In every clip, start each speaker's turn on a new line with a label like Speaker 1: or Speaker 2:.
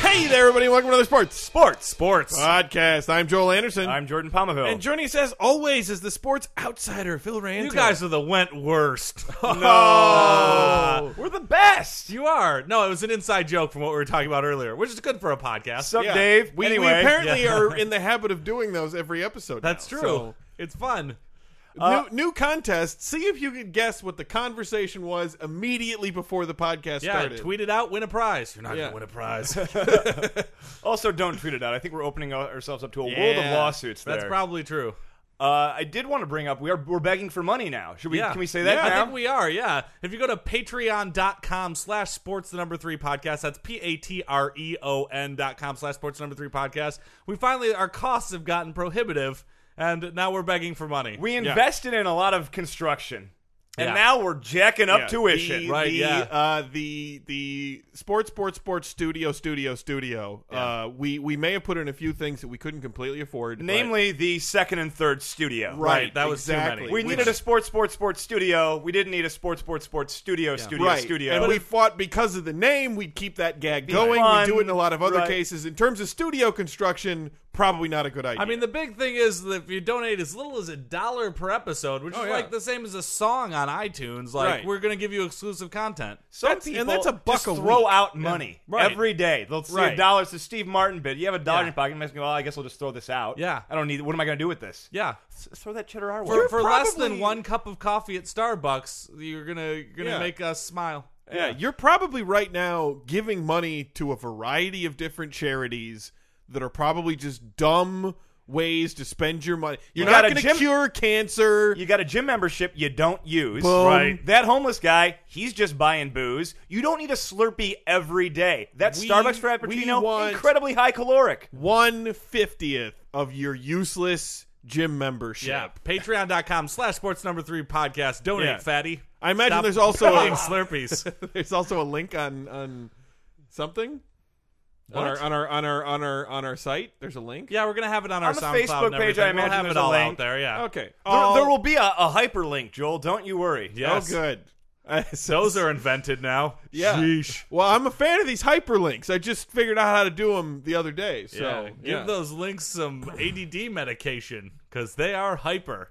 Speaker 1: Hey there, everybody! Welcome to another sports sports
Speaker 2: Sports.
Speaker 1: podcast. I'm Joel Anderson,
Speaker 3: I'm Jordan Palmaville.
Speaker 1: and joining us as always is the sports outsider Phil Rand.
Speaker 2: you guys are the went worst.
Speaker 1: no,
Speaker 3: We're the best.
Speaker 2: you are. No, it was an inside joke from what we were talking about earlier, which is good for a podcast.
Speaker 3: Sup,
Speaker 1: Yeah.
Speaker 3: Dave?
Speaker 1: And We,
Speaker 3: Anyway.
Speaker 1: apparently
Speaker 2: Yeah.
Speaker 1: are in the habit of doing those every episode.
Speaker 2: That's
Speaker 1: now.
Speaker 2: true.
Speaker 1: So,
Speaker 2: It's fun.
Speaker 3: Uh,
Speaker 1: new, new contest. See if you can guess what the conversation was immediately before the podcast
Speaker 2: Yeah,
Speaker 1: started.
Speaker 2: tweet it out, win a prize. You're not
Speaker 1: Yeah.
Speaker 2: gonna win a prize.
Speaker 3: Also, don't tweet it out. I think we're opening our- ourselves up to a
Speaker 1: Yeah.
Speaker 3: world of lawsuits. There.
Speaker 2: That's probably true.
Speaker 3: Uh, I did want to bring up we are we're begging for money now. Should we?
Speaker 2: Yeah.
Speaker 3: Can we say that
Speaker 2: I
Speaker 3: now?
Speaker 2: think we are, yeah. If you go to patreon.com slash sports the number three podcast, that's P A T R E O N dot com slash sports the number three podcast. We finally our costs have gotten prohibitive and now we're begging for money.
Speaker 3: We invested in a lot of construction, and
Speaker 2: Yeah.
Speaker 3: now we're jacking up
Speaker 1: Yeah,
Speaker 3: tuition.
Speaker 1: the-
Speaker 2: Right,
Speaker 1: the,
Speaker 2: yeah.
Speaker 1: Uh, the the sports, sports, sports studio, studio, studio. Uh, we we may have put in a few things that we couldn't completely afford. but-
Speaker 3: Namely, the second and third studio.
Speaker 2: Right, that was too many.
Speaker 1: exactly.
Speaker 3: We
Speaker 1: Which-
Speaker 3: needed a sports, sports, sports studio. We didn't need a sports, sports, sports studio, studio,
Speaker 1: right.
Speaker 3: studio.
Speaker 1: And we fought because of the name. We'd keep that gag going.
Speaker 3: fun,
Speaker 1: We do it in a lot of other
Speaker 3: right.
Speaker 1: cases. In terms of studio construction, probably not a good idea.
Speaker 2: I mean, the big thing is that if you donate as little as a dollar per episode, which
Speaker 1: Oh,
Speaker 2: is
Speaker 1: yeah.
Speaker 2: like the same as a song on iTunes, like
Speaker 1: Right.
Speaker 2: we're going to give you exclusive content.
Speaker 3: Some
Speaker 1: That's- and
Speaker 3: people
Speaker 1: that's a buck
Speaker 3: just
Speaker 1: a
Speaker 3: throw
Speaker 1: week.
Speaker 3: out money
Speaker 2: Right.
Speaker 3: every day. They'll see
Speaker 1: Right.
Speaker 3: a dollar. It's a Steve Martin bid. You have a dollar in
Speaker 2: Yeah.
Speaker 3: your pocket. You might go, well, I guess I'll just throw this out.
Speaker 2: Yeah.
Speaker 3: I don't need. What am I going to do with this?
Speaker 2: Yeah.
Speaker 3: S- throw that cheddar our way.
Speaker 2: For, for less than
Speaker 1: probably-
Speaker 2: one cup of coffee at Starbucks, you're going to going to
Speaker 1: Yeah.
Speaker 2: make us smile.
Speaker 1: yeah, you're probably right now giving money to a variety of different charities that are probably just dumb ways to spend your money. You're
Speaker 3: You
Speaker 1: not
Speaker 3: got a
Speaker 1: going to
Speaker 3: gym-
Speaker 1: cure cancer.
Speaker 3: You got a gym membership you don't use.
Speaker 1: Boom. Right.
Speaker 3: That homeless guy, he's just buying booze. You don't need a Slurpee every day. That
Speaker 1: We-
Speaker 3: Starbucks
Speaker 1: we
Speaker 3: Frappuccino,
Speaker 1: want-
Speaker 3: incredibly high caloric.
Speaker 1: One fiftieth of your useless gym membership.
Speaker 2: Yeah, patreon.com slash sports number three podcast. Donate,
Speaker 1: Yeah.
Speaker 2: fatty.
Speaker 1: I imagine
Speaker 2: Stop
Speaker 1: there's also a-
Speaker 2: eating Slurpees.
Speaker 1: There's also a link on on something on our
Speaker 2: What?
Speaker 1: on our on our on our on our site. There's a link.
Speaker 2: Yeah, we're going to have it on our
Speaker 3: the
Speaker 2: SoundCloud
Speaker 3: Facebook
Speaker 2: and
Speaker 3: page,
Speaker 2: everything. we'll
Speaker 3: I imagine
Speaker 2: have
Speaker 3: there's
Speaker 2: it
Speaker 3: a
Speaker 2: all out
Speaker 3: link.
Speaker 2: there, yeah.
Speaker 1: Okay.
Speaker 3: There,
Speaker 1: All-
Speaker 3: there will be a, a hyperlink, Joel. Don't you worry.
Speaker 1: Oh,
Speaker 2: Yes.
Speaker 1: good.
Speaker 2: Those are invented now.
Speaker 1: Yeah.
Speaker 2: Sheesh.
Speaker 1: Well, I'm a fan of these hyperlinks. I just figured out how to do them the other day. So
Speaker 2: Yeah, give
Speaker 1: yeah.
Speaker 2: those links some ADD medication because they are hyper.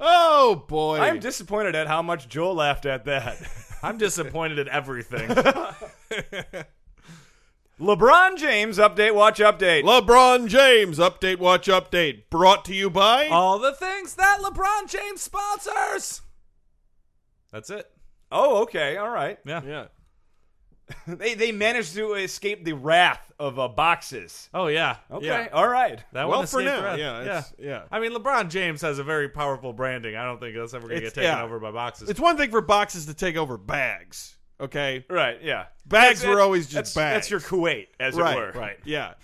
Speaker 1: oh boy,
Speaker 3: I'm disappointed at how much Joel laughed at that.
Speaker 2: I'm disappointed at everything.
Speaker 3: LeBron James update, watch update.
Speaker 1: LeBron James update. Watch update. Brought to you by.
Speaker 2: all the things that LeBron James sponsors. That's it.
Speaker 3: Oh, okay, all right.
Speaker 2: Yeah.
Speaker 1: yeah.
Speaker 3: They they managed to escape the wrath of uh, boxes.
Speaker 2: Oh yeah.
Speaker 3: Okay,
Speaker 1: Yeah.
Speaker 3: all right.
Speaker 2: That
Speaker 1: Well,
Speaker 2: one
Speaker 1: for
Speaker 2: escaped
Speaker 1: now,
Speaker 2: breath.
Speaker 1: yeah, it's- yeah.
Speaker 2: I mean, LeBron James has a very powerful branding. I don't think that's ever going to get
Speaker 1: It's-
Speaker 2: taken
Speaker 1: yeah.
Speaker 2: over by boxes.
Speaker 1: It's one thing for boxes to take over bags. Okay.
Speaker 3: Right, yeah.
Speaker 1: Bags
Speaker 3: That's-
Speaker 1: were always
Speaker 3: that's,
Speaker 1: just bags.
Speaker 3: That's your Kuwait, as
Speaker 1: Right.
Speaker 3: it were.
Speaker 2: right.
Speaker 1: Yeah.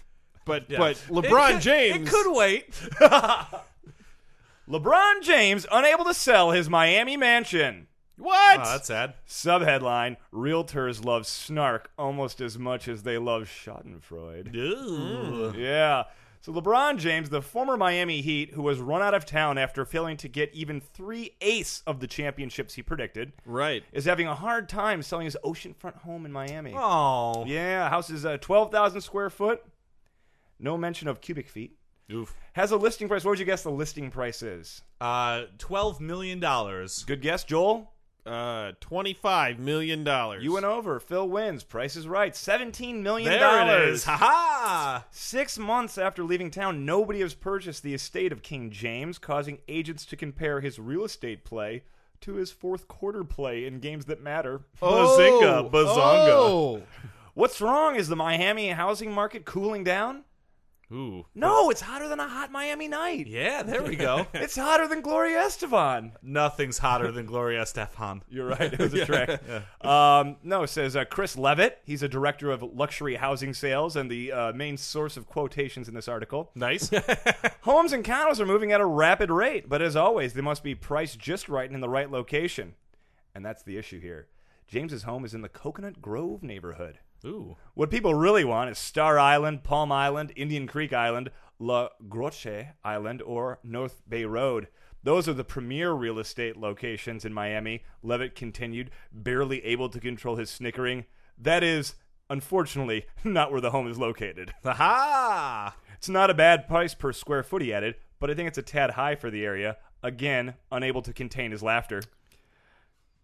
Speaker 1: But
Speaker 2: Yeah.
Speaker 1: but
Speaker 2: It
Speaker 1: LeBron
Speaker 2: could-
Speaker 1: James.
Speaker 2: It could wait.
Speaker 3: LeBron James unable to sell his Miami mansion.
Speaker 1: what?
Speaker 2: Oh, that's sad.
Speaker 3: Subheadline: Realtors love snark almost as much as they love Schadenfreude.
Speaker 1: Mm.
Speaker 3: Yeah. So LeBron James, the former Miami Heat, who was run out of town after failing to get even three eighths of the championships he predicted,
Speaker 1: right.
Speaker 3: is having a hard time selling his oceanfront home in Miami.
Speaker 2: Oh.
Speaker 3: Yeah, house is uh, 12,000 square foot. No mention of cubic feet.
Speaker 2: Oof.
Speaker 3: Has a listing price. What would you guess the listing price is?
Speaker 2: Uh, twelve million dollars.
Speaker 3: Good guess, Joel.
Speaker 1: Uh, twenty-five million dollars.
Speaker 3: You went over. Phil wins. Price is right. $17 million.
Speaker 2: There it is. Ha ha.
Speaker 3: Six months after leaving town, nobody has purchased the estate of King James, causing agents to compare his real estate play to his fourth quarter play in games that matter.
Speaker 2: Oh. Bazinga, bazonga.
Speaker 1: Oh.
Speaker 3: What's wrong? Is the Miami housing market cooling down?
Speaker 2: Ooh.
Speaker 3: No, it's hotter than a hot Miami night.
Speaker 2: Yeah, there we go.
Speaker 3: It's hotter than Gloria Estefan.
Speaker 2: Nothing's hotter than Gloria Estefan.
Speaker 3: You're right. It was a trick. Um, no, it says uh, Chris Levitt. He's a director of luxury housing sales and the uh, main source of quotations in this article.
Speaker 2: Nice.
Speaker 3: Homes and condos are moving at a rapid rate, but as always, they must be priced just right and in the right location. And that's the issue here. James's home is in the Coconut Grove neighborhood.
Speaker 2: Ooh.
Speaker 3: What people really want is Star Island, Palm Island, Indian Creek Island, La Groche Island, or North Bay Road. Those are the premier real estate locations in Miami, Levitt continued, barely able to control his snickering. That is, unfortunately, not where the home is located.
Speaker 2: Aha!
Speaker 3: It's not a bad price per square foot, he added, but I think it's a tad high for the area. Again, unable to contain his laughter.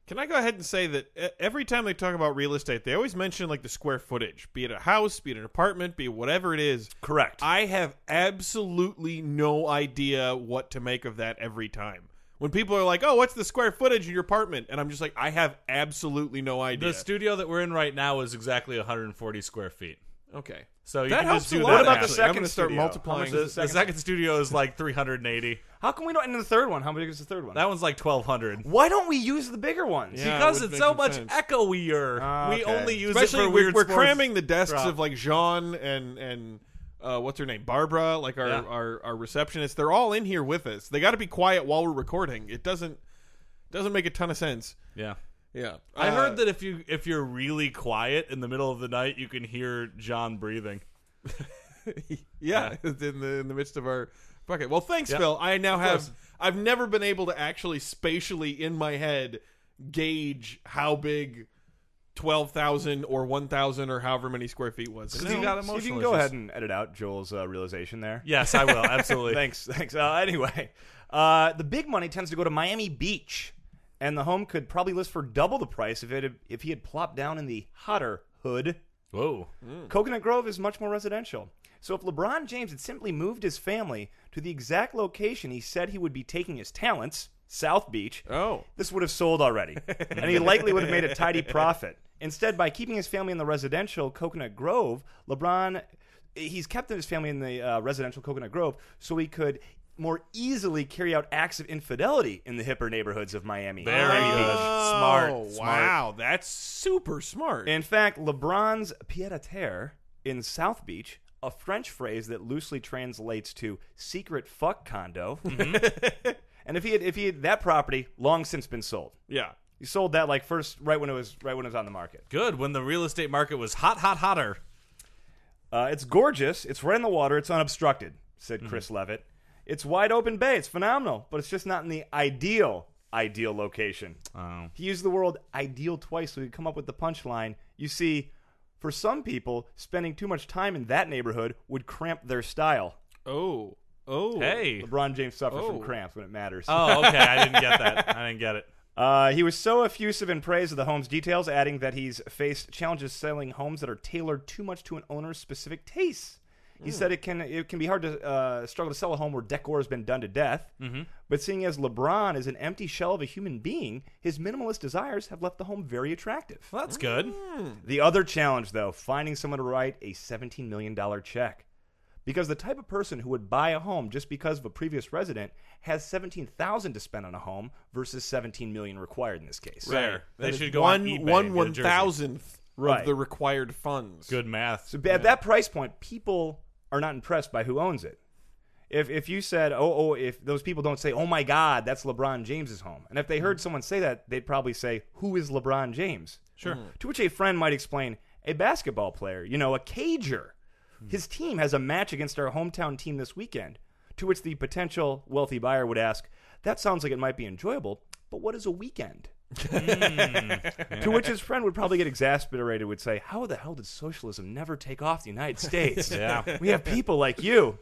Speaker 1: Can I go ahead and say that e- every time they talk about real estate, they always mention like the square footage, be it a house, be it an apartment, be it whatever it is.
Speaker 3: Correct.
Speaker 1: I have absolutely no idea what to make of that every time. When people are like, "Oh, what's the square footage in your apartment?" and I'm just like, "I have absolutely no
Speaker 2: The
Speaker 1: idea."
Speaker 2: studio that we're in right now is exactly 140 square feet.
Speaker 1: okay,
Speaker 2: So you
Speaker 1: that
Speaker 2: can
Speaker 1: helps
Speaker 2: just do
Speaker 1: a
Speaker 2: that.
Speaker 1: lot.
Speaker 3: What about the
Speaker 1: actually. I'm
Speaker 3: second
Speaker 1: going to start
Speaker 3: studio? How
Speaker 1: multiplying.
Speaker 3: much is
Speaker 2: The second studio is like 380.
Speaker 3: How come we don't? And the third one, how big is the third one?
Speaker 2: That one's like 1200.
Speaker 3: Why don't we use the bigger ones?
Speaker 1: Yeah, it
Speaker 2: because
Speaker 1: would
Speaker 2: it's
Speaker 1: make
Speaker 2: so
Speaker 1: some
Speaker 2: much
Speaker 1: sense.
Speaker 2: echoier.
Speaker 3: Ah,
Speaker 2: We
Speaker 3: okay.
Speaker 2: only use it
Speaker 1: Especially
Speaker 2: for
Speaker 1: we're,
Speaker 2: weird
Speaker 1: we're
Speaker 2: sports.
Speaker 1: cramming the desks
Speaker 2: drop.
Speaker 1: of like Jean and and uh, what's her name, Barbara, like our,
Speaker 2: Yeah.
Speaker 1: our our receptionist. They're all in here with us. They got to be quiet while we're recording. It doesn't doesn't make a ton of sense.
Speaker 2: Yeah.
Speaker 1: Yeah,
Speaker 2: I
Speaker 1: Uh,
Speaker 2: heard that if you if you're really quiet in the middle of the night, you can hear John breathing.
Speaker 1: Yeah, in the in the midst of our bucket. Well, thanks,
Speaker 2: Yeah.
Speaker 1: Phil. I now have.
Speaker 2: course.
Speaker 1: I've never been able to actually spatially in my head gauge how big twelve thousand or one thousand or however many square feet was.
Speaker 2: Because you got
Speaker 3: See if you
Speaker 2: emotional
Speaker 3: can go
Speaker 2: issues.
Speaker 3: ahead and edit out Joel's uh, realization there.
Speaker 2: Yes, I will absolutely.
Speaker 3: Thanks, thanks. Uh, anyway, uh, the big money tends to go to Miami Beach, and the home could probably list for double the price if it had, if he had plopped down in the hotter hood.
Speaker 2: Whoa.
Speaker 3: Coconut Grove is much more residential. So if LeBron James had simply moved his family to the exact location he said he would be taking his talents, South Beach,
Speaker 1: Oh,
Speaker 3: this would have sold already, and he likely would have made a tidy profit. Instead, by keeping his family in the residential Coconut Grove, LeBron he's kept his family in the uh, residential Coconut Grove so he could more easily carry out acts of infidelity in the hipper neighborhoods of Miami.
Speaker 2: There Very you
Speaker 3: Miami
Speaker 2: go.
Speaker 3: Beach.
Speaker 1: Oh,
Speaker 2: Smart,
Speaker 1: Wow, that's super smart.
Speaker 3: In fact, LeBron's pied-à-terre in South Beach, a French phrase that loosely translates to secret fuck condo. and if he had, if he had that property long since been sold.
Speaker 1: yeah.
Speaker 3: He sold that like first right when it was right when it was on the market.
Speaker 2: Good. When the real estate market was hot, hot, hotter.
Speaker 3: Uh, it's gorgeous. It's right in the water. It's unobstructed," said Chris Levitt. "It's wide open bay. It's phenomenal, but it's just not in the ideal ideal location."
Speaker 2: Oh.
Speaker 3: He used the word "ideal" twice, so he could come up with the punchline. You see, for some people, spending too much time in that neighborhood would cramp their style.
Speaker 1: Oh. Oh.
Speaker 2: Hey.
Speaker 3: LeBron James suffers
Speaker 1: Oh.
Speaker 3: from cramps when it matters.
Speaker 2: Oh, okay. I didn't get that. I didn't get it.
Speaker 3: Uh, he was so effusive in praise of the home's details, adding that he's faced challenges selling homes that are tailored too much to an owner's specific tastes.
Speaker 2: Hmm.
Speaker 3: He said it can it can be hard to uh, struggle to sell a home where decor has been done to death.
Speaker 2: Mm-hmm.
Speaker 3: But seeing as LeBron is an empty shell of a human being, his minimalist desires have left the home very attractive.
Speaker 2: Well, that's good.
Speaker 3: The other challenge, though, finding someone to write a $17 million check. Because the type of person who would buy a home just because of a previous resident has 17000 to spend on a home versus $17 million required in this case.
Speaker 2: Fair. They
Speaker 1: That
Speaker 2: should
Speaker 1: is
Speaker 2: go
Speaker 1: one
Speaker 2: on eBay
Speaker 1: one
Speaker 2: and get a
Speaker 1: one
Speaker 2: jersey.
Speaker 1: thousandth
Speaker 3: Right.
Speaker 1: of the required funds.
Speaker 2: Good math.
Speaker 3: So at that price point, people are not impressed by who owns it. If, if you said, oh, oh, if those people don't say, oh my God, that's LeBron James's home. And if they heard someone say that, they'd probably say, who is LeBron James? Sure. To which a friend might explain, a basketball player, you know, a cager. His team has a match against our hometown team this weekend. To which the potential wealthy buyer would ask, that sounds like it might be enjoyable, but what is a weekend? To which his friend would probably get exasperated, would say, How the hell did socialism never take off the United States?
Speaker 2: Yeah.
Speaker 3: We have people like you.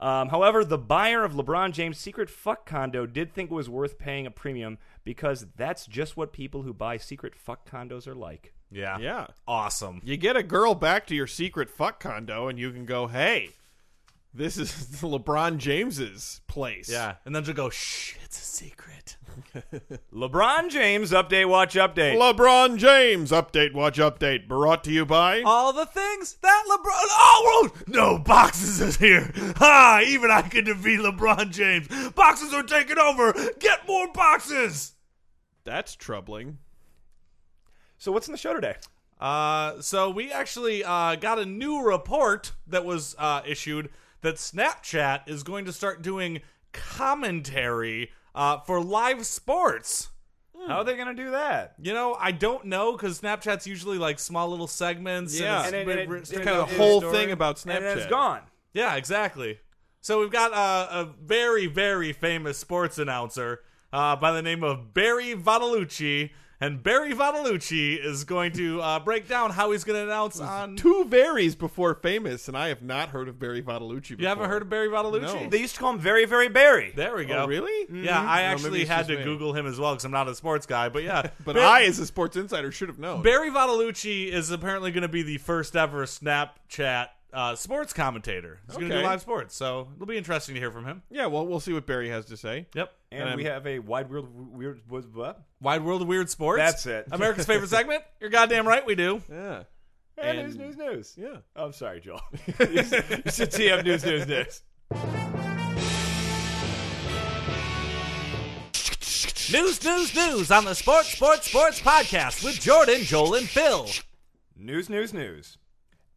Speaker 3: Um, however, the buyer of LeBron James' secret fuck condo did think it was worth paying a premium because that's just what people who buy secret fuck condos are like.
Speaker 2: Yeah.
Speaker 1: Yeah.
Speaker 2: Awesome.
Speaker 1: You get a girl back to your secret fuck condo, and you can go, "Hey, This is LeBron James's place.
Speaker 2: Yeah, and then she'll go, shh, it's a secret.
Speaker 3: LeBron James update watch update.
Speaker 1: LeBron James update watch update brought to you by
Speaker 2: All the things that LeBron. Oh, whoa, no boxes is here. Ha! Even I can defeat LeBron James. Boxes are taking over. Get more boxes.
Speaker 1: That's troubling.
Speaker 3: so what's in the show today?
Speaker 2: Uh, so we actually uh, got a new report that was uh, issued that Snapchat is going to start doing commentary uh, for live sports.
Speaker 1: Hmm.
Speaker 3: How are they going to do that?
Speaker 2: You know, I don't know because Snapchat's usually like small little segments.
Speaker 1: Yeah.
Speaker 2: and
Speaker 3: And
Speaker 2: it's,
Speaker 3: it-
Speaker 2: been
Speaker 3: and it-
Speaker 2: written-
Speaker 3: and it-
Speaker 1: Kind of the
Speaker 3: Is
Speaker 1: whole
Speaker 3: story-
Speaker 1: thing about Snapchat.
Speaker 3: And then it's gone.
Speaker 2: Yeah, exactly. So we've got uh, a very, very famous sports announcer uh, by the name of Barry Bottolucci. And Barry Bottolucci is going to uh, break down how he's going to announce on.
Speaker 1: Two varies before famous, and I have not heard of Barry Bottolucci. Before.
Speaker 2: You haven't heard of Barry Bottolucci?
Speaker 1: No.
Speaker 3: They used to call him Very Very Barry.
Speaker 2: There we go.
Speaker 1: Oh, really?
Speaker 2: Yeah, I
Speaker 1: No, maybe
Speaker 2: actually
Speaker 1: it's
Speaker 2: had
Speaker 1: just
Speaker 2: to
Speaker 1: me.
Speaker 2: Google him as well because I'm not a sports guy. But yeah,
Speaker 1: But
Speaker 2: Bar-
Speaker 1: I, as a sports insider, should have known.
Speaker 2: Barry Bottolucci is apparently going to be the first ever Snapchat uh, sports commentator. He's going to do
Speaker 1: Okay.
Speaker 2: live sports, so it'll be interesting to hear from him.
Speaker 1: yeah, well, we'll see what Barry has to say.
Speaker 2: Yep.
Speaker 3: And,
Speaker 1: And
Speaker 3: we
Speaker 1: I'm-
Speaker 3: have a wide world weird was what?
Speaker 2: Wide World of Weird Sports.
Speaker 3: That's it.
Speaker 2: America's favorite segment. You're goddamn right we do.
Speaker 1: Yeah,
Speaker 3: And,
Speaker 1: And-
Speaker 3: news news news.
Speaker 1: yeah.
Speaker 3: Oh, I'm sorry, Joel. you should tee up news news news.
Speaker 2: News, news, news on the Sports, Sports, Sports podcast with Jordan, Joel, and Phil.
Speaker 3: News news news.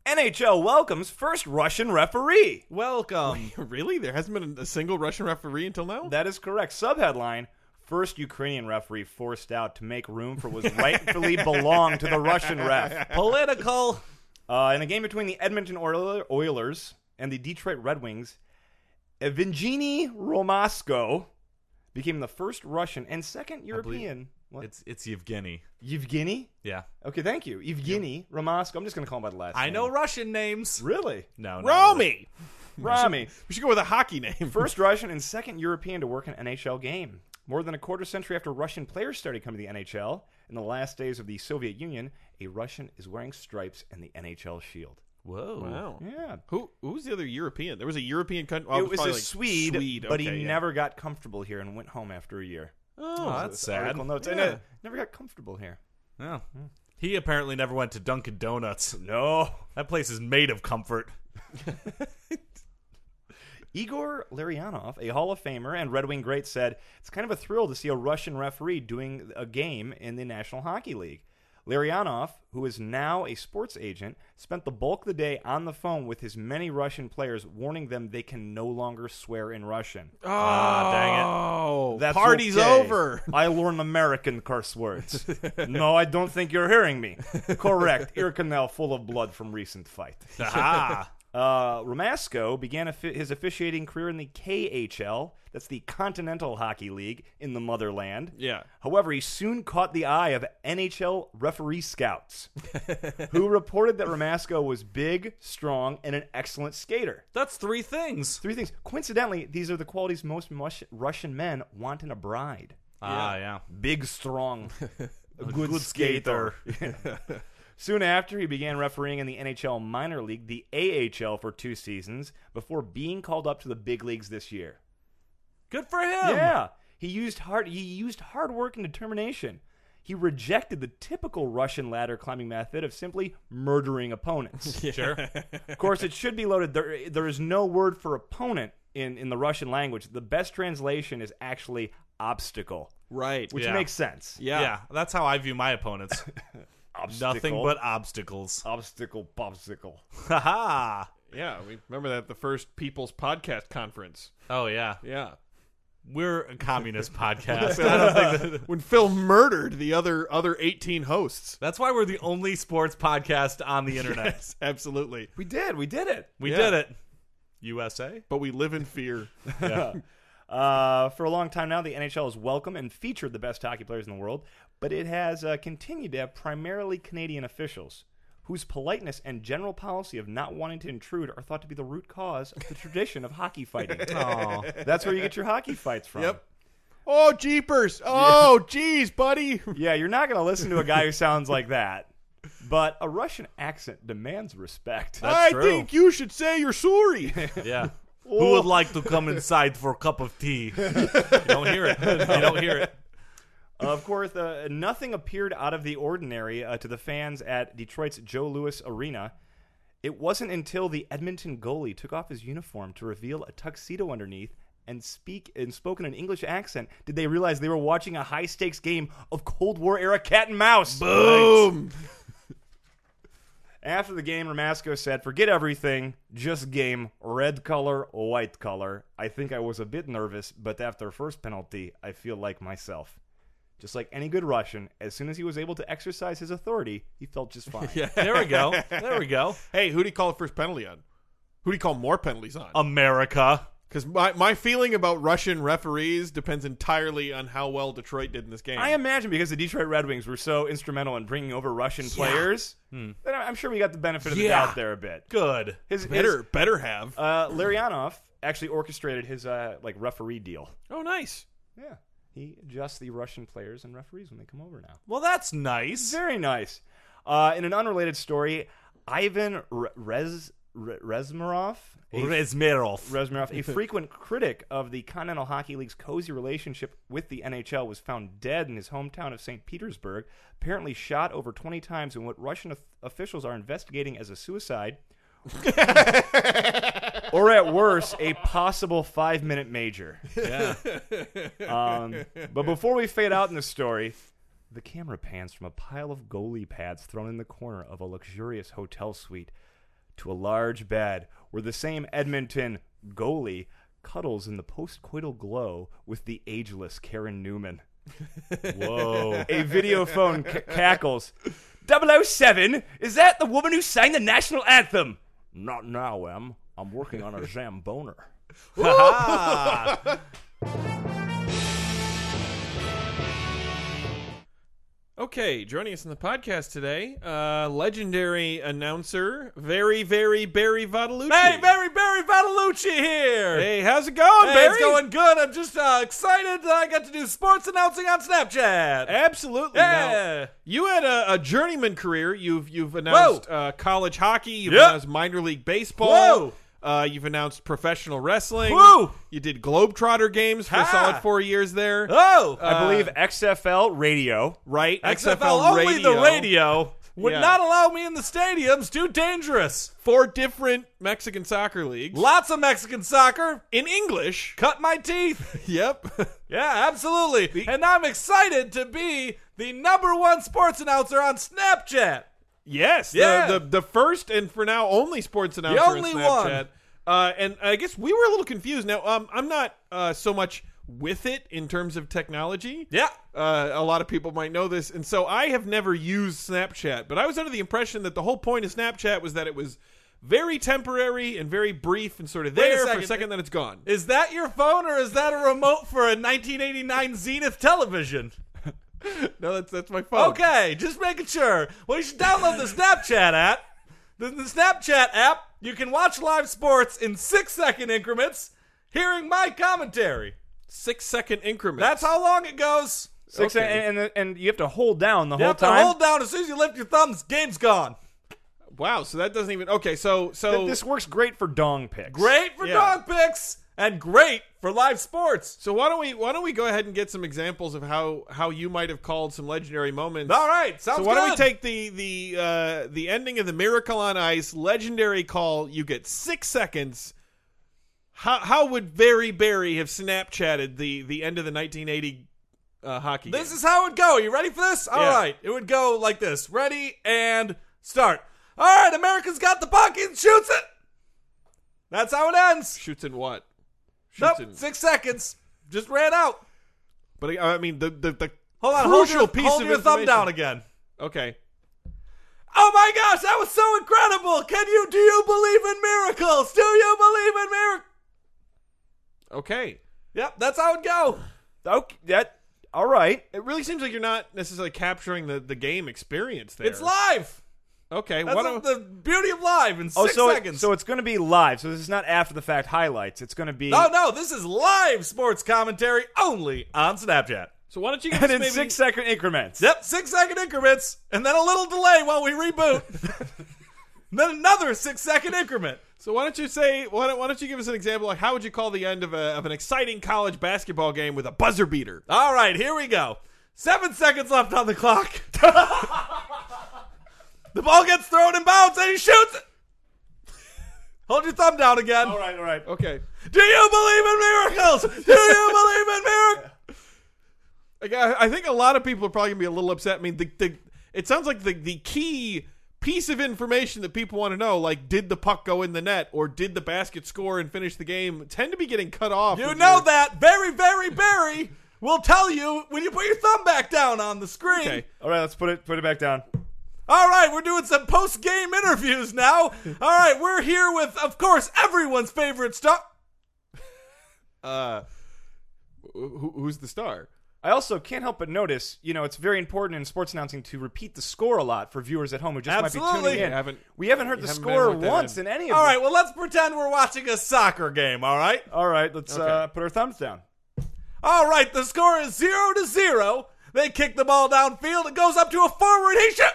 Speaker 3: NHL welcomes first Russian referee.
Speaker 2: Welcome.
Speaker 1: really? There hasn't been a single Russian referee until now.
Speaker 3: That is correct. Subheadline: First Ukrainian referee forced out to make room for was rightfully belonged to the Russian ref.
Speaker 2: Political.
Speaker 3: Uh, in a game between the Edmonton Oil- Oilers and the Detroit Red Wings, Evgeny Romasko became the first Russian and second European. What?
Speaker 2: It's it's Yevgeny.
Speaker 3: Evgeny?
Speaker 2: Yeah.
Speaker 3: Okay, thank you. Evgeny Romasko. I'm just going to call him by the last
Speaker 2: I
Speaker 3: name.
Speaker 2: know Russian names.
Speaker 3: Really?
Speaker 2: No, no.
Speaker 1: Romy.
Speaker 3: Rami.
Speaker 1: We should go with a hockey name.
Speaker 3: First Russian and second European to work an NHL game. More than a quarter century after Russian players started coming to the NHL, in the last days of the Soviet Union, a Russian is wearing stripes and the NHL shield.
Speaker 2: Whoa.
Speaker 1: Wow.
Speaker 3: Yeah.
Speaker 1: Who who's the other European? There was a European country. Oh,
Speaker 3: it was
Speaker 1: probably
Speaker 3: a
Speaker 1: like
Speaker 3: Swede, but
Speaker 1: okay,
Speaker 3: he
Speaker 1: yeah.
Speaker 3: never got comfortable here and went home after a year.
Speaker 2: Oh, that's
Speaker 3: So the
Speaker 2: sad.
Speaker 3: Article notes. and
Speaker 1: Yeah.
Speaker 3: it never got comfortable here.
Speaker 2: Yeah. He apparently never went to Dunkin' Donuts.
Speaker 3: No.
Speaker 2: That place is made of comfort.
Speaker 3: Igor Larionov, a Hall of Famer and Red Wing great, said, It's kind of a thrill to see a Russian referee doing a game in the National Hockey League. Larionov, who is now a sports agent, spent the bulk of the day on the phone with his many Russian players, warning them they can no longer swear in Russian.
Speaker 2: Ah, dang it.
Speaker 1: Oh,
Speaker 3: That's
Speaker 1: party's
Speaker 3: okay.
Speaker 1: over.
Speaker 3: I learn American curse words. no, I don't think you're hearing me. Correct. Ear canal full of blood from recent fight.
Speaker 2: Aha.
Speaker 3: Uh, Ramasco began offi- his officiating career in the KHL, that's the Continental Hockey League in the motherland.
Speaker 1: Yeah.
Speaker 3: However, he soon caught the eye of NHL referee scouts, who reported that Ramasco was big, strong, and an excellent skater.
Speaker 2: That's three things.
Speaker 3: Three things. Coincidentally, these are the qualities most mush- Russian men want in a bride
Speaker 2: Ah, yeah.
Speaker 3: big, strong, a good,
Speaker 2: good skater.
Speaker 3: skater. Soon after, he began refereeing in the NHL minor league, the AHL, for two seasons before being called up to the big leagues this year.
Speaker 2: Good for him.
Speaker 3: Yeah, he used hard. He used hard work and determination. He rejected the typical Russian ladder climbing method of simply murdering opponents.
Speaker 2: Sure.
Speaker 3: of course, it should be loaded. There, there is no word for opponent in, in the Russian language. The best translation is actually obstacle,
Speaker 1: Right.
Speaker 3: which
Speaker 2: Yeah.
Speaker 3: makes sense.
Speaker 1: yeah.
Speaker 2: yeah, that's how I view my opponents.
Speaker 3: Obstacle. Oh.
Speaker 2: Nothing but obstacles.
Speaker 3: obstacle popsicle.
Speaker 2: Haha.
Speaker 1: Yeah, we remember that at the first People's Podcast Conference.
Speaker 2: Oh yeah,
Speaker 1: Yeah.
Speaker 2: we're a communist podcast. I don't think that,
Speaker 1: When Phil murdered the other other 18 hosts.
Speaker 2: that's why we're the only sports podcast on the internet.
Speaker 1: Yes, absolutely.
Speaker 3: We did. We did it.
Speaker 2: We
Speaker 1: Yeah.
Speaker 2: did it, USA.
Speaker 1: But we live in fear.
Speaker 3: Uh, for a long time now, the NHL has welcomed and featured the best hockey players in the world, but it has uh, continued to have primarily Canadian officials whose politeness and general policy of not wanting to intrude are thought to be the root cause of the tradition of hockey fighting. That's where you get your hockey fights from.
Speaker 1: Yep. Oh, jeepers. Oh, geez, buddy.
Speaker 3: Yeah, you're not going to listen to a guy who sounds like that, but a Russian accent demands respect.
Speaker 2: That's
Speaker 1: I
Speaker 2: true.
Speaker 1: think you should say you're sorry.
Speaker 2: Yeah, Who would like to come inside for a cup of tea? you don't hear it. You don't hear it.
Speaker 3: of course, uh, nothing appeared out of the ordinary uh, to the fans at Detroit's Joe Louis Arena. It wasn't until the Edmonton goalie took off his uniform to reveal a tuxedo underneath and speak and spoke in an English accent did they realize they were watching a high stakes game of Cold War era cat and mouse.
Speaker 1: Boom.
Speaker 3: After the game, Ramasco said, Forget everything, just game, red color, white color. I think I was a bit nervous, but after first penalty, I feel like myself. Just like any good Russian, as soon as he was able to exercise his authority, he felt just fine.
Speaker 2: There we go. There we go.
Speaker 1: Hey, who do you call the first penalty on? Who do you call more penalties
Speaker 2: Oh.
Speaker 1: on?
Speaker 2: America.
Speaker 1: Because my, my feeling about Russian referees depends entirely on how well Detroit did in this game.
Speaker 3: I imagine because the Detroit Red Wings were so instrumental in bringing over Russian players, then I- I'm sure we got the benefit of the
Speaker 2: Hmm. Yeah.
Speaker 3: doubt there a bit.
Speaker 2: Good.
Speaker 3: His, his-
Speaker 1: better better have.
Speaker 3: uh, Larionov actually orchestrated his uh, like referee deal.
Speaker 1: oh, nice.
Speaker 3: Yeah, he adjusts the Russian players and referees when they come over now.
Speaker 2: Well, that's nice.
Speaker 3: Very nice. Uh, in an unrelated story, Ivan Re- Rez Re- Rezmarov, a,
Speaker 2: Rezmerov.
Speaker 3: Rezmarov, a frequent critic of the Continental Hockey League's cozy relationship with the NHL, was found dead in his hometown of St. Petersburg. Apparently, shot over 20 times in what Russian of- officials are investigating as a suicide. or at worst, a possible five-minute major.
Speaker 2: yeah.
Speaker 3: Um, but before we fade out in the story, the camera pans from a pile of goalie pads thrown in the corner of a luxurious hotel suite to a large bed where the same Edmonton goalie cuddles in the postcoital glow with the ageless Karen Newman.
Speaker 2: Whoa.
Speaker 3: A video phone c- cackles. 007, is that the woman who sang the national anthem? Not now, Em. I'm working on a Zamboner.
Speaker 1: Okay, joining us in the podcast today, uh, legendary announcer, very, very Barry Vodalucci.
Speaker 2: hey, Barry, Barry Vadalucci here.
Speaker 1: Hey, how's it going,
Speaker 2: Hey,
Speaker 1: Barry?
Speaker 2: it's going good. I'm just uh, excited that I got to do sports announcing on Snapchat.
Speaker 1: Absolutely. Now,
Speaker 2: yeah.
Speaker 1: you had a, a journeyman career. You've you've announced uh, college hockey. You've
Speaker 2: Yep.
Speaker 1: announced minor league baseball.
Speaker 2: Whoa.
Speaker 1: Uh, you've announced professional wrestling.
Speaker 2: Whoa.
Speaker 1: You did Globetrotter games for a
Speaker 2: Ha.
Speaker 1: solid four years there.
Speaker 2: Oh,
Speaker 3: I believe XFL radio.
Speaker 1: Right?
Speaker 2: XFL, only the radio would
Speaker 1: Yeah.
Speaker 2: not allow me in the stadiums. Too dangerous.
Speaker 1: Four different Mexican soccer leagues.
Speaker 2: Lots of Mexican soccer.
Speaker 1: in English.
Speaker 2: Cut my teeth.
Speaker 1: Yep.
Speaker 2: Yeah, absolutely. and I'm excited to be the number one sports announcer on Snapchat.
Speaker 1: Yes, the-
Speaker 2: Yeah.
Speaker 1: the, the first and for now only sports announcer on
Speaker 2: only
Speaker 1: Snapchat.
Speaker 2: one.
Speaker 1: Uh, and I guess we were a little confused. Now, um, I'm not uh, so much with it in terms of technology.
Speaker 2: Yeah.
Speaker 1: Uh, a lot of people might know this, and so I have never used Snapchat. But I was under the impression that the whole point of Snapchat was that it was very temporary and very brief, and sort of
Speaker 2: Wait a
Speaker 1: there for
Speaker 2: second.
Speaker 1: a second, then it's gone.
Speaker 2: Is that your phone or is that a remote for a 1989 Zenith television?
Speaker 1: no, that's that's my phone.
Speaker 2: Okay, just making sure. Well, you should download the Snapchat app. The, the Snapchat app, you can watch live sports in six second increments, hearing my commentary.
Speaker 1: six second increments.
Speaker 2: That's how long it goes.
Speaker 3: Six
Speaker 1: Okay.
Speaker 3: and, and and you have to hold down the
Speaker 2: You
Speaker 3: whole
Speaker 2: have to
Speaker 3: time.
Speaker 2: hold down as soon as you lift your thumbs, game's gone.
Speaker 1: wow. So that doesn't even okay. So so
Speaker 3: Th- this works great for dong picks.
Speaker 2: Great for
Speaker 1: Yeah.
Speaker 2: dog picks and great for live sports.
Speaker 1: So why don't we why don't we go ahead and get some examples of how how you might have called some legendary moments?
Speaker 2: All right, sounds
Speaker 1: So
Speaker 2: good.
Speaker 1: why don't we take the the uh, the ending of the Miracle on Ice legendary call? You get six seconds. How how would Barry Barry have Snapchatted the the end of the 1980 uh, hockey?
Speaker 2: This
Speaker 1: game?
Speaker 2: is how it would go. You ready for this? All right,
Speaker 1: Yeah.
Speaker 2: It would go like this. Ready and start. All right, America's got the puck and shoots it. That's how it ends.
Speaker 1: shoots in what? Shoots
Speaker 2: Nope,
Speaker 1: in-
Speaker 2: six seconds. Just ran out.
Speaker 1: but I I mean the the, the
Speaker 2: Hold on, hold
Speaker 1: crucial
Speaker 2: your,
Speaker 1: piece
Speaker 2: hold
Speaker 1: of
Speaker 2: your thumb
Speaker 1: information.
Speaker 2: down again.
Speaker 1: Okay.
Speaker 2: Oh my gosh, that was so incredible! Can you do you believe in miracles? Do you believe in miracles?
Speaker 1: Okay.
Speaker 2: Yep, that's how it go.
Speaker 3: Okay, that all right.
Speaker 1: It really seems like you're not necessarily capturing the, the game experience there.
Speaker 2: It's live.
Speaker 1: okay.
Speaker 2: That's
Speaker 1: Why
Speaker 2: the-
Speaker 1: don't
Speaker 2: the beauty of live in six
Speaker 3: Oh, so it-
Speaker 2: seconds.
Speaker 3: so it's going to be live. So this is not after the fact highlights. It's going to be
Speaker 2: Oh, no, no, this is live sports commentary only on Snapchat.
Speaker 1: so why don't you
Speaker 3: and
Speaker 1: guys
Speaker 3: in
Speaker 1: maybe
Speaker 3: six second increments.
Speaker 2: Yep, six second increments, and then a little delay while we reboot. And then another six second increment.
Speaker 1: So why don't you say why don't, why don't you give us an example? Like how would you call the end of a of an exciting college basketball game with a buzzer beater?
Speaker 2: All right, here we go. Seven seconds left on the clock. the ball gets thrown in bounds and he shoots it. Hold your thumb down again.
Speaker 3: All right, all right.
Speaker 1: Okay,
Speaker 2: Do you believe in miracles? Do you believe in miracles?
Speaker 1: Like, I, I think a lot of people are probably gonna be a little upset. I mean, the, the it sounds like the the key piece of information that people want to know, like did the puck go in the net or did the basket score and finish the game, tend to be getting cut off.
Speaker 2: You
Speaker 1: when
Speaker 2: know
Speaker 1: you're-
Speaker 2: that very, very, very will tell you when you put your thumb back down on the screen.
Speaker 1: Okay.
Speaker 3: All right, let's put it put it back down.
Speaker 2: All right, we're doing some post game interviews now. All right, we're here with, of course, everyone's favorite star.
Speaker 1: Uh, who, who's the star?
Speaker 3: I also can't help but notice, you know, it's very important in sports announcing to repeat the score a lot for viewers at home who just might be
Speaker 2: Absolutely.
Speaker 3: tuning in.
Speaker 1: Yeah, haven't-
Speaker 3: we haven't heard the
Speaker 1: haven't been
Speaker 3: score
Speaker 1: with that
Speaker 3: once
Speaker 1: in.
Speaker 3: in any of
Speaker 2: All
Speaker 3: them.
Speaker 2: right, well, let's pretend we're watching a soccer game, all right?
Speaker 3: All right, let's uh, put our thumbs down.
Speaker 2: All right, the score is 0 to 0. They kick the ball downfield. It goes up to a forward. He shoots.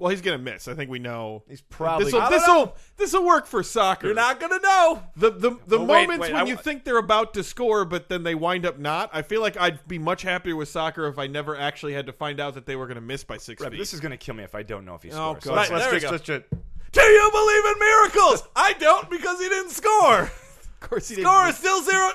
Speaker 1: Well, he's gonna miss. I think we know.
Speaker 3: He's probably
Speaker 1: This will
Speaker 2: I don't
Speaker 1: this will this will work for soccer.
Speaker 2: You're not going to know.
Speaker 1: the the, the
Speaker 3: Well, wait,
Speaker 1: moments
Speaker 3: wait,
Speaker 1: when
Speaker 3: I-
Speaker 1: you think they're about to score, but then they wind up not. I feel like I'd be much happier with soccer if I never actually had to find out that they were gonna miss by six
Speaker 3: Reb,
Speaker 1: feet.
Speaker 3: this is going to kill me if I don't know if he
Speaker 1: Oh,
Speaker 3: scores. So
Speaker 1: God.
Speaker 3: let's-
Speaker 2: Right,
Speaker 3: let's
Speaker 2: there we
Speaker 3: just- let's just-
Speaker 2: Do you believe in miracles? I don't because he didn't score.
Speaker 1: of course, he didn't
Speaker 2: Score is still 0.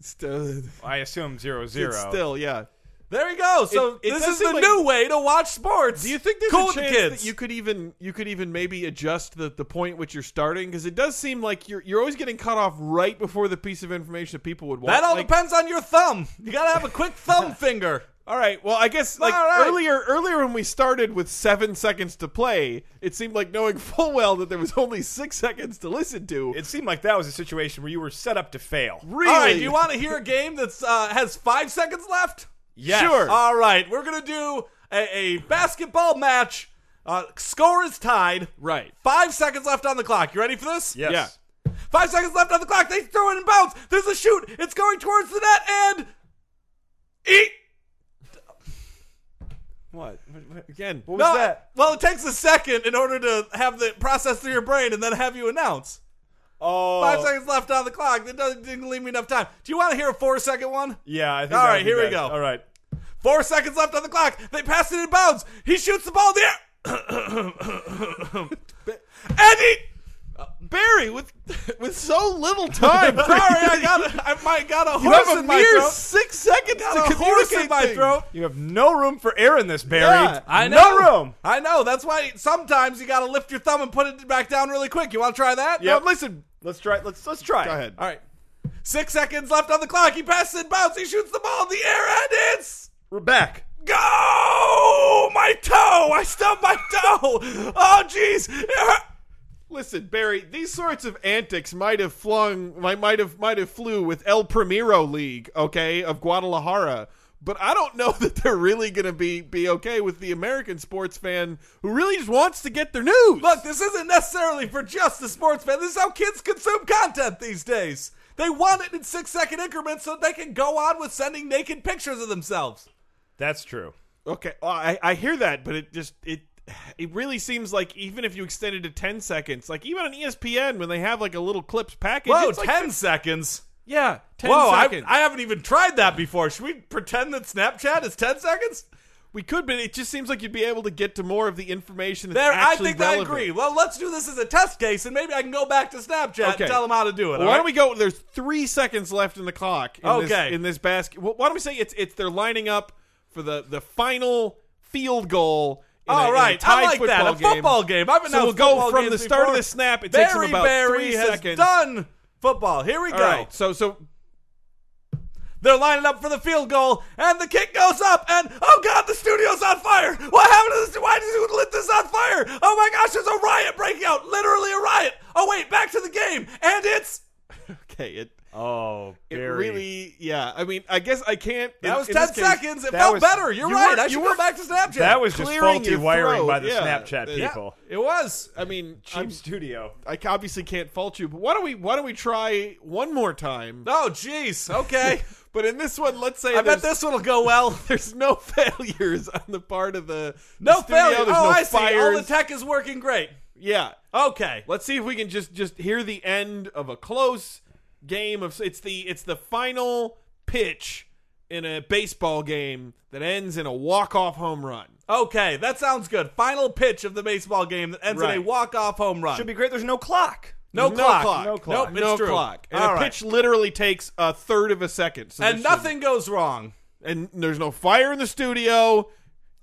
Speaker 1: Still,
Speaker 3: I assume zero zero.
Speaker 1: it's still, yeah.
Speaker 2: There you go. So
Speaker 1: It- it
Speaker 2: this
Speaker 1: does
Speaker 2: is
Speaker 1: seem
Speaker 2: the
Speaker 1: like-
Speaker 2: new way to watch sports.
Speaker 1: Do you think there's
Speaker 2: cool
Speaker 1: a
Speaker 2: with the
Speaker 1: chance
Speaker 2: kids?
Speaker 1: that you could even you could even maybe adjust the, the point which you're starting? Because it does seem like you're you're always getting cut off right before the piece of information that people would want.
Speaker 2: That all
Speaker 1: Like,
Speaker 2: depends on your thumb. You gotta have a quick thumb finger.
Speaker 1: All right. Well, I guess like
Speaker 2: All right.
Speaker 1: earlier earlier when we started with seven seconds to play, it seemed like knowing full well that there was only six seconds to listen to.
Speaker 3: It seemed like that was a situation where you were set up to fail.
Speaker 1: really,
Speaker 2: All right, do you want to hear a game that's uh, has five seconds left?
Speaker 3: Yes.
Speaker 1: Sure.
Speaker 2: All right, we're gonna do a, a basketball match. Uh, score is tied.
Speaker 1: right?
Speaker 2: Five seconds left on the clock. You ready for this?
Speaker 3: Yes.
Speaker 1: Yeah.
Speaker 2: Five seconds left on the clock. They throw it in bounds. There's a shoot. It's going towards the net and eat.
Speaker 3: What? What- what-
Speaker 1: Again,
Speaker 3: What was that?
Speaker 2: Well, it takes a second in order to have the process through your brain and then have you announce.
Speaker 3: Oh.
Speaker 2: Five seconds left on the clock. That doesn't, didn't leave me enough time. Do you want to hear a four second one?
Speaker 3: Yeah, I think.
Speaker 2: All
Speaker 3: that would
Speaker 2: right,
Speaker 3: be
Speaker 2: here we
Speaker 3: best.
Speaker 2: go.
Speaker 3: All right.
Speaker 2: Four seconds left on the clock. They pass it in bounds. He shoots the ball in the air. Eddie!
Speaker 1: Uh, Barry with with so little
Speaker 2: Sorry,
Speaker 1: time.
Speaker 2: I got a, I might got a
Speaker 1: you
Speaker 2: horse
Speaker 1: have a
Speaker 2: in my
Speaker 1: mere
Speaker 2: throat.
Speaker 1: six seconds
Speaker 2: Got
Speaker 1: to
Speaker 2: a horse in
Speaker 1: communicate
Speaker 2: my
Speaker 1: things.
Speaker 2: throat.
Speaker 3: You have no room for air in this, Barry.
Speaker 1: Yeah,
Speaker 2: I know.
Speaker 3: No room.
Speaker 2: I know. That's why sometimes you got to lift your thumb and put it back down really quick. You want to try that?
Speaker 1: Now, listen.
Speaker 3: Let's try. Let's let's try.
Speaker 1: Go ahead.
Speaker 2: All right. Six seconds left on the clock. He passes it, bounce. He shoots the ball in the air, and it's
Speaker 3: We're back.
Speaker 2: go! My toe! I stubbed my toe! Oh, jeez! It hurt.
Speaker 1: Listen, Barry. These sorts of antics might have flung, might might have might have flew with El Primero League, okay, of Guadalajara. But I don't know that they're really going to be be okay with the American sports fan who really just wants to get their news.
Speaker 2: Look, this isn't necessarily for just the sports fan. This is how kids consume content these days. They want it in six second increments so they can go on with sending naked pictures of themselves.
Speaker 3: That's true.
Speaker 1: Okay, well, I I hear that, but it just it it really seems like even if you extend it to ten seconds, like even on E ESPN when they have like a little clips package,
Speaker 2: Whoa,
Speaker 1: it's like,
Speaker 2: 10 seconds?
Speaker 1: yeah, ten
Speaker 2: Whoa, I,
Speaker 1: seconds.
Speaker 2: I haven't even tried that before. Should we pretend that Snapchat is 10 seconds?
Speaker 1: we could, but it just seems like you'd be able to get to more of the information. That's
Speaker 2: There, I
Speaker 1: actually
Speaker 2: think
Speaker 1: relevant.
Speaker 2: I agree. Well, let's do this as a test case, and maybe I can go back to Snapchat
Speaker 1: Okay.
Speaker 2: and tell them how to do it.
Speaker 1: Well, why don't we go? There's three seconds left in the clock. In
Speaker 2: Okay.
Speaker 1: this, in this basket, well, why don't we say it's it's they're lining up for the the final field goal. in a- in
Speaker 2: All
Speaker 1: a
Speaker 2: right,
Speaker 1: tied
Speaker 2: I like
Speaker 1: football
Speaker 2: that. A
Speaker 1: game.
Speaker 2: football game. I've
Speaker 1: So we'll
Speaker 2: announced
Speaker 1: go
Speaker 2: football
Speaker 1: from the
Speaker 2: games
Speaker 1: start of
Speaker 2: before.
Speaker 1: the snap. It
Speaker 2: Barry
Speaker 1: takes them about
Speaker 2: Barry
Speaker 1: three
Speaker 2: has
Speaker 1: seconds.
Speaker 2: done football. Here we
Speaker 1: All
Speaker 2: go.
Speaker 1: right. So so
Speaker 2: They're lining up for the field goal, and the kick goes up, and oh god, the studio's on fire! What happened to this? Why did you lit this on fire? Oh my gosh, there's a riot breaking out, literally a riot. Oh wait, back to the game, and it's
Speaker 1: okay, it
Speaker 3: Oh,
Speaker 1: it
Speaker 3: Barry.
Speaker 1: really yeah. I mean, I guess I can't.
Speaker 2: that
Speaker 1: in-
Speaker 2: was
Speaker 1: in
Speaker 2: ten
Speaker 1: this case-
Speaker 2: seconds. It
Speaker 3: that
Speaker 2: felt
Speaker 3: was-
Speaker 2: better. You're
Speaker 1: you
Speaker 2: right.
Speaker 1: were-
Speaker 2: I should
Speaker 1: you
Speaker 2: go
Speaker 1: were-
Speaker 2: back to Snapchat.
Speaker 3: That was just
Speaker 1: Clearing
Speaker 3: faulty
Speaker 1: your
Speaker 3: wiring
Speaker 1: throat,
Speaker 3: by the
Speaker 1: yeah.
Speaker 3: Snapchat
Speaker 1: Yeah.
Speaker 2: yeah,
Speaker 3: people.
Speaker 2: it was.
Speaker 1: I mean,
Speaker 3: Cheap
Speaker 1: I'm,
Speaker 3: studio.
Speaker 1: I obviously can't fault you, but why don't we why don't we try one more time?
Speaker 2: Oh jeez. Okay,
Speaker 1: But in this one, let's say
Speaker 2: I bet
Speaker 1: there's-
Speaker 2: this one'll go well.
Speaker 1: There's no failures on the part of the the
Speaker 2: No
Speaker 1: studio.
Speaker 2: failure.
Speaker 1: There's
Speaker 2: oh,
Speaker 1: no
Speaker 2: I see.
Speaker 1: fires.
Speaker 2: All the tech is working great.
Speaker 1: Yeah.
Speaker 2: Okay.
Speaker 1: Let's see if we can just just hear the end of a close game of it's the it's the final pitch in a baseball game that ends in a walk-off home run.
Speaker 2: Okay, that sounds good. Final pitch of the baseball game that ends in a
Speaker 1: Right.
Speaker 2: walk-off home run.
Speaker 3: Should be great. There's no clock.
Speaker 2: no,
Speaker 1: There's
Speaker 2: clock.
Speaker 3: No
Speaker 2: Nope,
Speaker 3: clock.
Speaker 2: it's
Speaker 1: no
Speaker 2: true.
Speaker 1: clock. And
Speaker 2: All
Speaker 1: a
Speaker 2: right.
Speaker 1: pitch literally takes a third of a second. So
Speaker 2: and
Speaker 1: this
Speaker 2: nothing goes wrong.
Speaker 1: should- and there's no fire in the studio.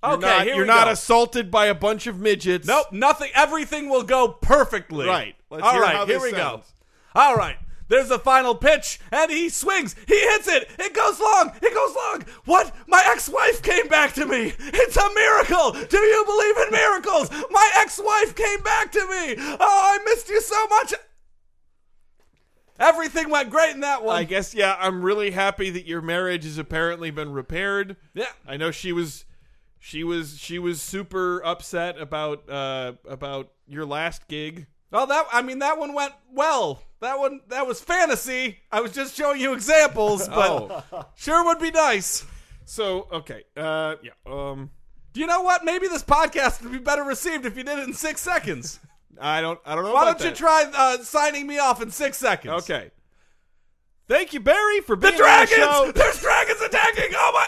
Speaker 1: You're
Speaker 2: Okay,
Speaker 1: not,
Speaker 2: here
Speaker 1: you're
Speaker 2: we
Speaker 1: not
Speaker 2: go.
Speaker 1: assaulted by a bunch of midgets.
Speaker 2: Nope, nothing. Everything will go perfectly.
Speaker 1: Right. Let's
Speaker 2: All
Speaker 1: hear
Speaker 2: right,
Speaker 1: how
Speaker 2: here
Speaker 1: this
Speaker 2: we go.
Speaker 1: sounds.
Speaker 2: All right. There's a final pitch, and he swings. He hits it. It goes long. It goes long. What? My ex-wife came back to me. It's a miracle. Do you believe in miracles? My ex-wife came back to me. Oh, I missed you so much. Everything went great in that one.
Speaker 1: I guess yeah, I'm really happy that your marriage has apparently been repaired.
Speaker 2: Yeah.
Speaker 1: I know she was she was she was super upset about uh about your last gig.
Speaker 2: Well, that I mean that one went well. That one that was fantasy. I was just showing you examples, but sure would be nice.
Speaker 1: So, okay. Uh yeah. Um
Speaker 2: Do you know what? Maybe this podcast would be better received if you did it in six seconds.
Speaker 1: I don't I don't know
Speaker 2: Why
Speaker 1: about
Speaker 2: don't you
Speaker 1: that.
Speaker 2: try uh, signing me off in six seconds?
Speaker 1: Okay. Thank you Barry for
Speaker 2: The
Speaker 1: being
Speaker 2: dragons!
Speaker 1: on the show.
Speaker 2: There's dragons attacking! Oh my!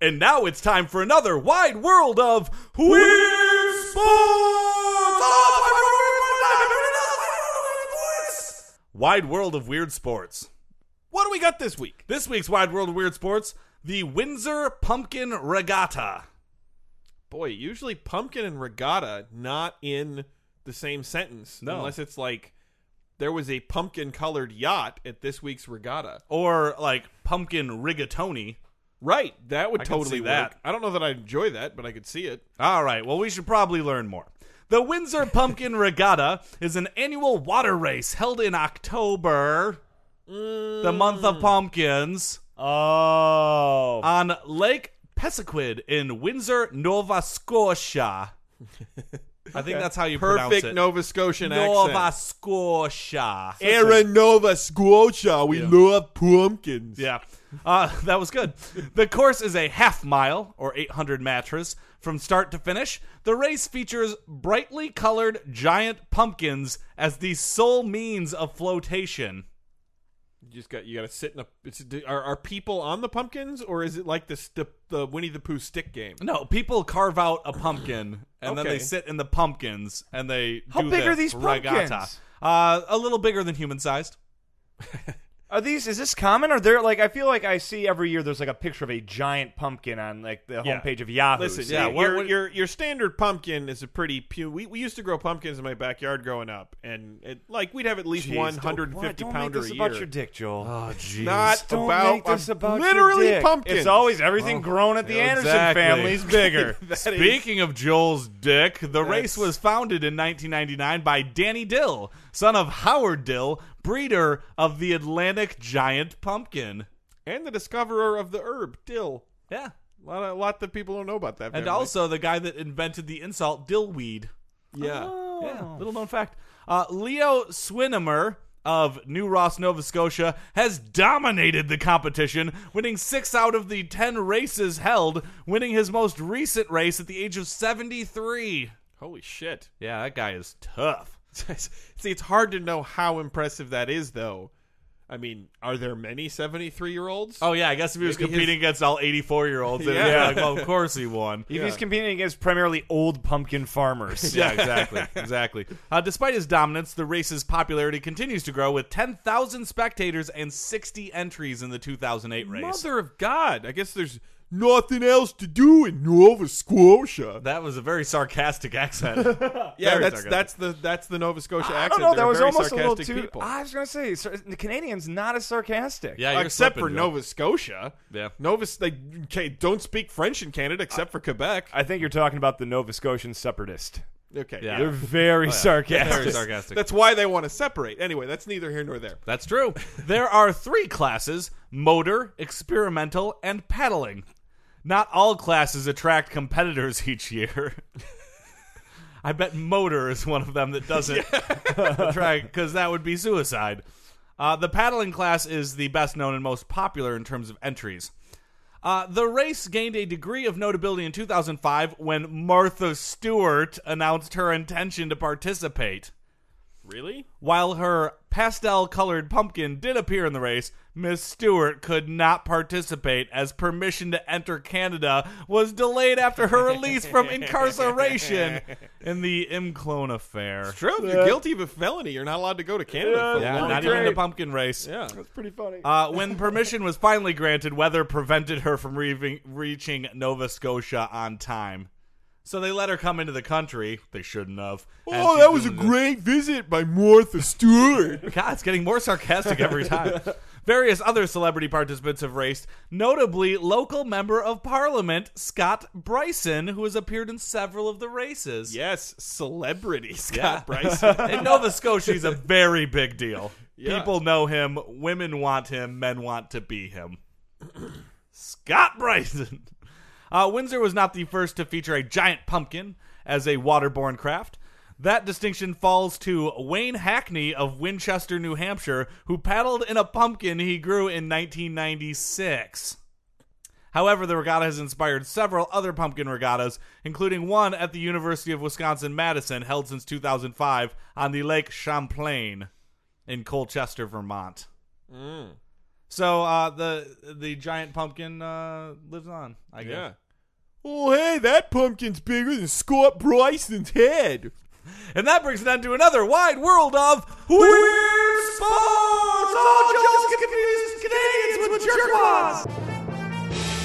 Speaker 2: And now it's time for another wide world of Weird Sports! Wide world of weird sports.
Speaker 1: What do we got this week?
Speaker 2: This week's Wide World of Weird Sports, the Windsor Pumpkin Regatta.
Speaker 1: Boy, usually pumpkin and regatta not in the same sentence
Speaker 2: No.
Speaker 1: unless it's like there was a pumpkin colored yacht at this week's regatta.
Speaker 2: Or like pumpkin rigatoni.
Speaker 1: Right, that would
Speaker 2: I could
Speaker 1: totally
Speaker 2: see
Speaker 1: work.
Speaker 2: that.
Speaker 1: I don't know that I enjoy that, but I could see it.
Speaker 2: All right, well, we should probably learn more. The Windsor Pumpkin Regatta is an annual water race held in October, the month of pumpkins,
Speaker 3: Oh.
Speaker 2: on Lake Pessequid in Windsor, Nova Scotia. I think that's how you pronounce
Speaker 1: Perfect
Speaker 2: it.
Speaker 1: Nova Scotian
Speaker 2: Nova
Speaker 1: accent.
Speaker 2: Scotia.
Speaker 1: Aaron Nova Scotia, we love pumpkins.
Speaker 2: Yeah. Uh, that was good. The course is a half mile or 800 mattress from start to finish. The race features brightly colored giant pumpkins as the sole means of flotation.
Speaker 1: you just got you got to sit in a. It's, are are people on the pumpkins, or is it like the st- the Winnie the Pooh stick game?
Speaker 2: No, people carve out a pumpkin and then they
Speaker 1: Okay.
Speaker 2: sit in the pumpkins and they
Speaker 3: How
Speaker 2: do
Speaker 3: big
Speaker 2: the
Speaker 3: are these
Speaker 2: regatta.
Speaker 3: pumpkins?
Speaker 2: Uh, a little bigger than human sized.
Speaker 3: Are these? Is this common? Are there like? I feel like I see every year. There's like a picture of a giant pumpkin on like the
Speaker 2: Yeah.
Speaker 3: homepage of Yahoo.
Speaker 1: Listen,
Speaker 3: So
Speaker 1: yeah,
Speaker 3: you-
Speaker 2: what-
Speaker 1: your, your your standard pumpkin is a pretty pu- we, we used to grow pumpkins in my backyard growing up, and it, like we'd have at least
Speaker 3: Jeez,
Speaker 1: one
Speaker 3: don't-
Speaker 1: hundred and
Speaker 3: what?
Speaker 1: fifty
Speaker 3: Don't
Speaker 1: pounder
Speaker 3: make this
Speaker 1: a
Speaker 3: about
Speaker 1: year.
Speaker 3: your dick, Joel.
Speaker 2: jeez.
Speaker 1: Not
Speaker 3: Don't
Speaker 1: about
Speaker 3: make this
Speaker 1: I'm
Speaker 3: about your
Speaker 1: literally
Speaker 3: dick.
Speaker 1: pumpkins.
Speaker 3: It's always everything grown at the Anderson
Speaker 2: exactly.
Speaker 3: family's bigger.
Speaker 1: That is-
Speaker 2: Speaking of Joel's dick, the race was founded in 1999 by Danny Dill, son of Howard Dill, breeder of the Atlantic giant pumpkin.
Speaker 1: and the discoverer of the herb dill.
Speaker 2: Yeah.
Speaker 1: A lot, of, a lot that people don't know about that.
Speaker 2: And
Speaker 1: family.
Speaker 2: also the guy that invented the insult, dillweed.
Speaker 1: yeah,
Speaker 2: Yeah, little known fact. Uh, Leo Swinimer of New Ross, Nova Scotia, has dominated the competition, winning six out of the ten races held, winning his most recent race at the age of 73.
Speaker 1: holy shit.
Speaker 2: Yeah, that guy is tough.
Speaker 1: See, it's hard to know how impressive that is, though. I mean, are there many seventy-three-year-olds?
Speaker 2: Oh yeah, I guess if he was
Speaker 1: Maybe his-
Speaker 2: competing against all 84 year olds, yeah.
Speaker 1: Yeah.
Speaker 2: like, well, of course he won.
Speaker 3: If
Speaker 1: Yeah.
Speaker 3: he's competing against primarily old pumpkin farmers.
Speaker 2: Yeah, exactly, exactly. Uh, despite his dominance, the race's popularity continues to grow with 10,000 spectators and 60 entries in the 2008 race.
Speaker 1: Mother of God! I guess there's nothing else to do in Nova Scotia.
Speaker 2: That was a very sarcastic accent.
Speaker 1: Yeah,
Speaker 2: Very
Speaker 1: that's
Speaker 2: sarcastic.
Speaker 1: that's the that's the Nova Scotia
Speaker 3: I
Speaker 1: accent.
Speaker 3: don't know.
Speaker 1: They're
Speaker 3: That was
Speaker 1: very
Speaker 3: almost a little
Speaker 1: sarcastic
Speaker 3: too.
Speaker 1: people.
Speaker 3: I was gonna say sar- the Canadians not as sarcastic.
Speaker 2: yeah, you're
Speaker 1: except for
Speaker 2: slipping, Joe.
Speaker 1: Nova Scotia.
Speaker 2: Yeah.
Speaker 1: Nova they okay, don't speak French in Canada except for Quebec.
Speaker 3: I think you're talking about the Nova Scotian separatist.
Speaker 1: okay.
Speaker 2: Yeah.
Speaker 3: They're very sarcastic.
Speaker 2: Very sarcastic.
Speaker 1: That's why they want to separate. Anyway, that's neither here nor there.
Speaker 2: That's true. There are three classes motor, experimental, and paddling. Not all classes attract competitors each year. I bet motor is one of them that doesn't attract, because that would be suicide. Uh, the paddling class is the best known and most popular in terms of entries. Uh, the race gained a degree of notability in 2005 when Martha Stewart announced her intention to participate.
Speaker 1: Really?
Speaker 2: While her pastel colored pumpkin did appear in the race, Miss Stewart could not participate as permission to enter Canada was delayed after her release from incarceration in the Imclone affair.
Speaker 1: True. If you're guilty of a felony, you're not allowed to go to Canada for
Speaker 2: Yeah,
Speaker 1: a long
Speaker 2: not
Speaker 1: time.
Speaker 2: even the pumpkin race.
Speaker 1: Yeah.
Speaker 3: That's pretty funny.
Speaker 2: Uh, when permission was finally granted, weather prevented her from reaving- reaching Nova Scotia on time. So they let her come into the country. They shouldn't have. And
Speaker 1: Oh,
Speaker 2: she
Speaker 1: that was a
Speaker 2: didn't.
Speaker 1: great visit by Martha Stewart.
Speaker 2: God, it's getting more sarcastic every time. Various other celebrity participants have raced, notably local member of parliament Scott Bryson, who has appeared in several of the races.
Speaker 1: yes, celebrity Scott
Speaker 2: Yeah.
Speaker 1: Bryson.
Speaker 2: In Nova Scotia, he's a very big deal.
Speaker 1: Yeah.
Speaker 2: People know him, women want him, men want to be him. Scott Bryson. Uh, Windsor was not the first to feature a giant pumpkin as a waterborne craft. That distinction falls to Wayne Hackney of Winchester, New Hampshire, who paddled in a pumpkin he grew in 1996. However, the regatta has inspired several other pumpkin regattas, including one at the University of Wisconsin Madison, held since 2005 on the Lake Champlain in Colchester, Vermont. So uh, the the giant pumpkin uh, lives on, I guess.
Speaker 1: Yeah. Oh, hey, that pumpkin's bigger than Scott Bryson's head.
Speaker 2: And that brings it on to another wide world of weird sports. Oh, Joe just confused Canadians with jerkwads.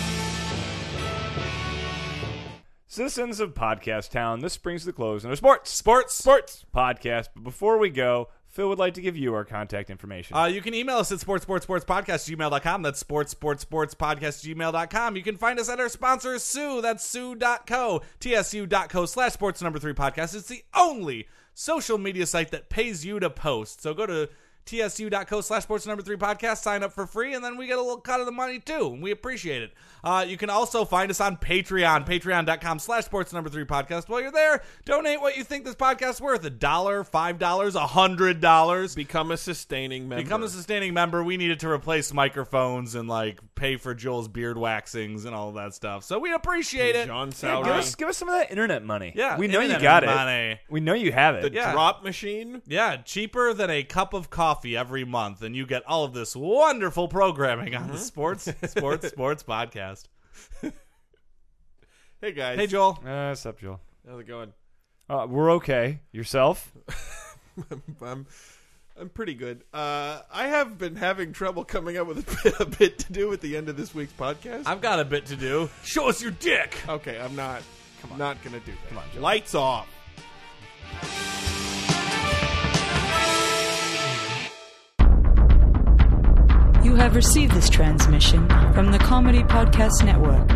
Speaker 3: Citizens of Podcast Town, this brings to the close another sports
Speaker 2: Sports, sports.
Speaker 3: podcast. But before we go, Phil would like to give you our contact information.
Speaker 2: Uh, you can email us at sports, sports, sports podcast gmail.com. That's sports, sports, sports podcast gmail.com. You can find us at our sponsor, Sue. That's sue.co, tsu.co slash sports number three podcast. It's the only social media site that pays you to post. So go to tsu.co slash sports number three podcast, sign up for free, and then we get a little cut of the money too. And we appreciate it. Uh, you can also find us on Patreon, patreon.com slash sports number three podcast. While you're there, donate what you think this podcast's worth a dollar, five dollars, a hundred dollars.
Speaker 1: Become a sustaining member.
Speaker 2: Become a sustaining member. We needed to replace microphones and like pay for Joel's beard waxings and all that stuff. So we appreciate it.
Speaker 1: John
Speaker 3: Yeah,
Speaker 1: Salary.
Speaker 3: give us give us some of that internet money.
Speaker 2: Yeah,
Speaker 3: we know you
Speaker 2: internet
Speaker 3: got it.
Speaker 2: money.
Speaker 3: We know you have it.
Speaker 1: the
Speaker 2: yeah.
Speaker 1: drop machine.
Speaker 2: Yeah, cheaper than a cup of coffee every month, and you get all of this wonderful programming on the sports, sports, sports podcast.
Speaker 1: Hey, guys.
Speaker 2: Hey, Joel.
Speaker 3: Uh, what's up, Joel?
Speaker 1: How's it going?
Speaker 3: Uh, we're okay. Yourself?
Speaker 1: I'm I'm pretty good. Uh, I have been having trouble coming up with a bit, a bit to do at the end of this week's podcast.
Speaker 2: I've got a bit to do. Show us your dick.
Speaker 1: okay, I'm not. Come on. Not gonna do that. Come
Speaker 3: on, Joe.
Speaker 1: Lights off.
Speaker 4: You have received this transmission from the Comedy Podcast Network.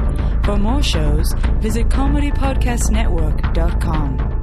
Speaker 4: For more shows, visit comedypodcastnetwork.com.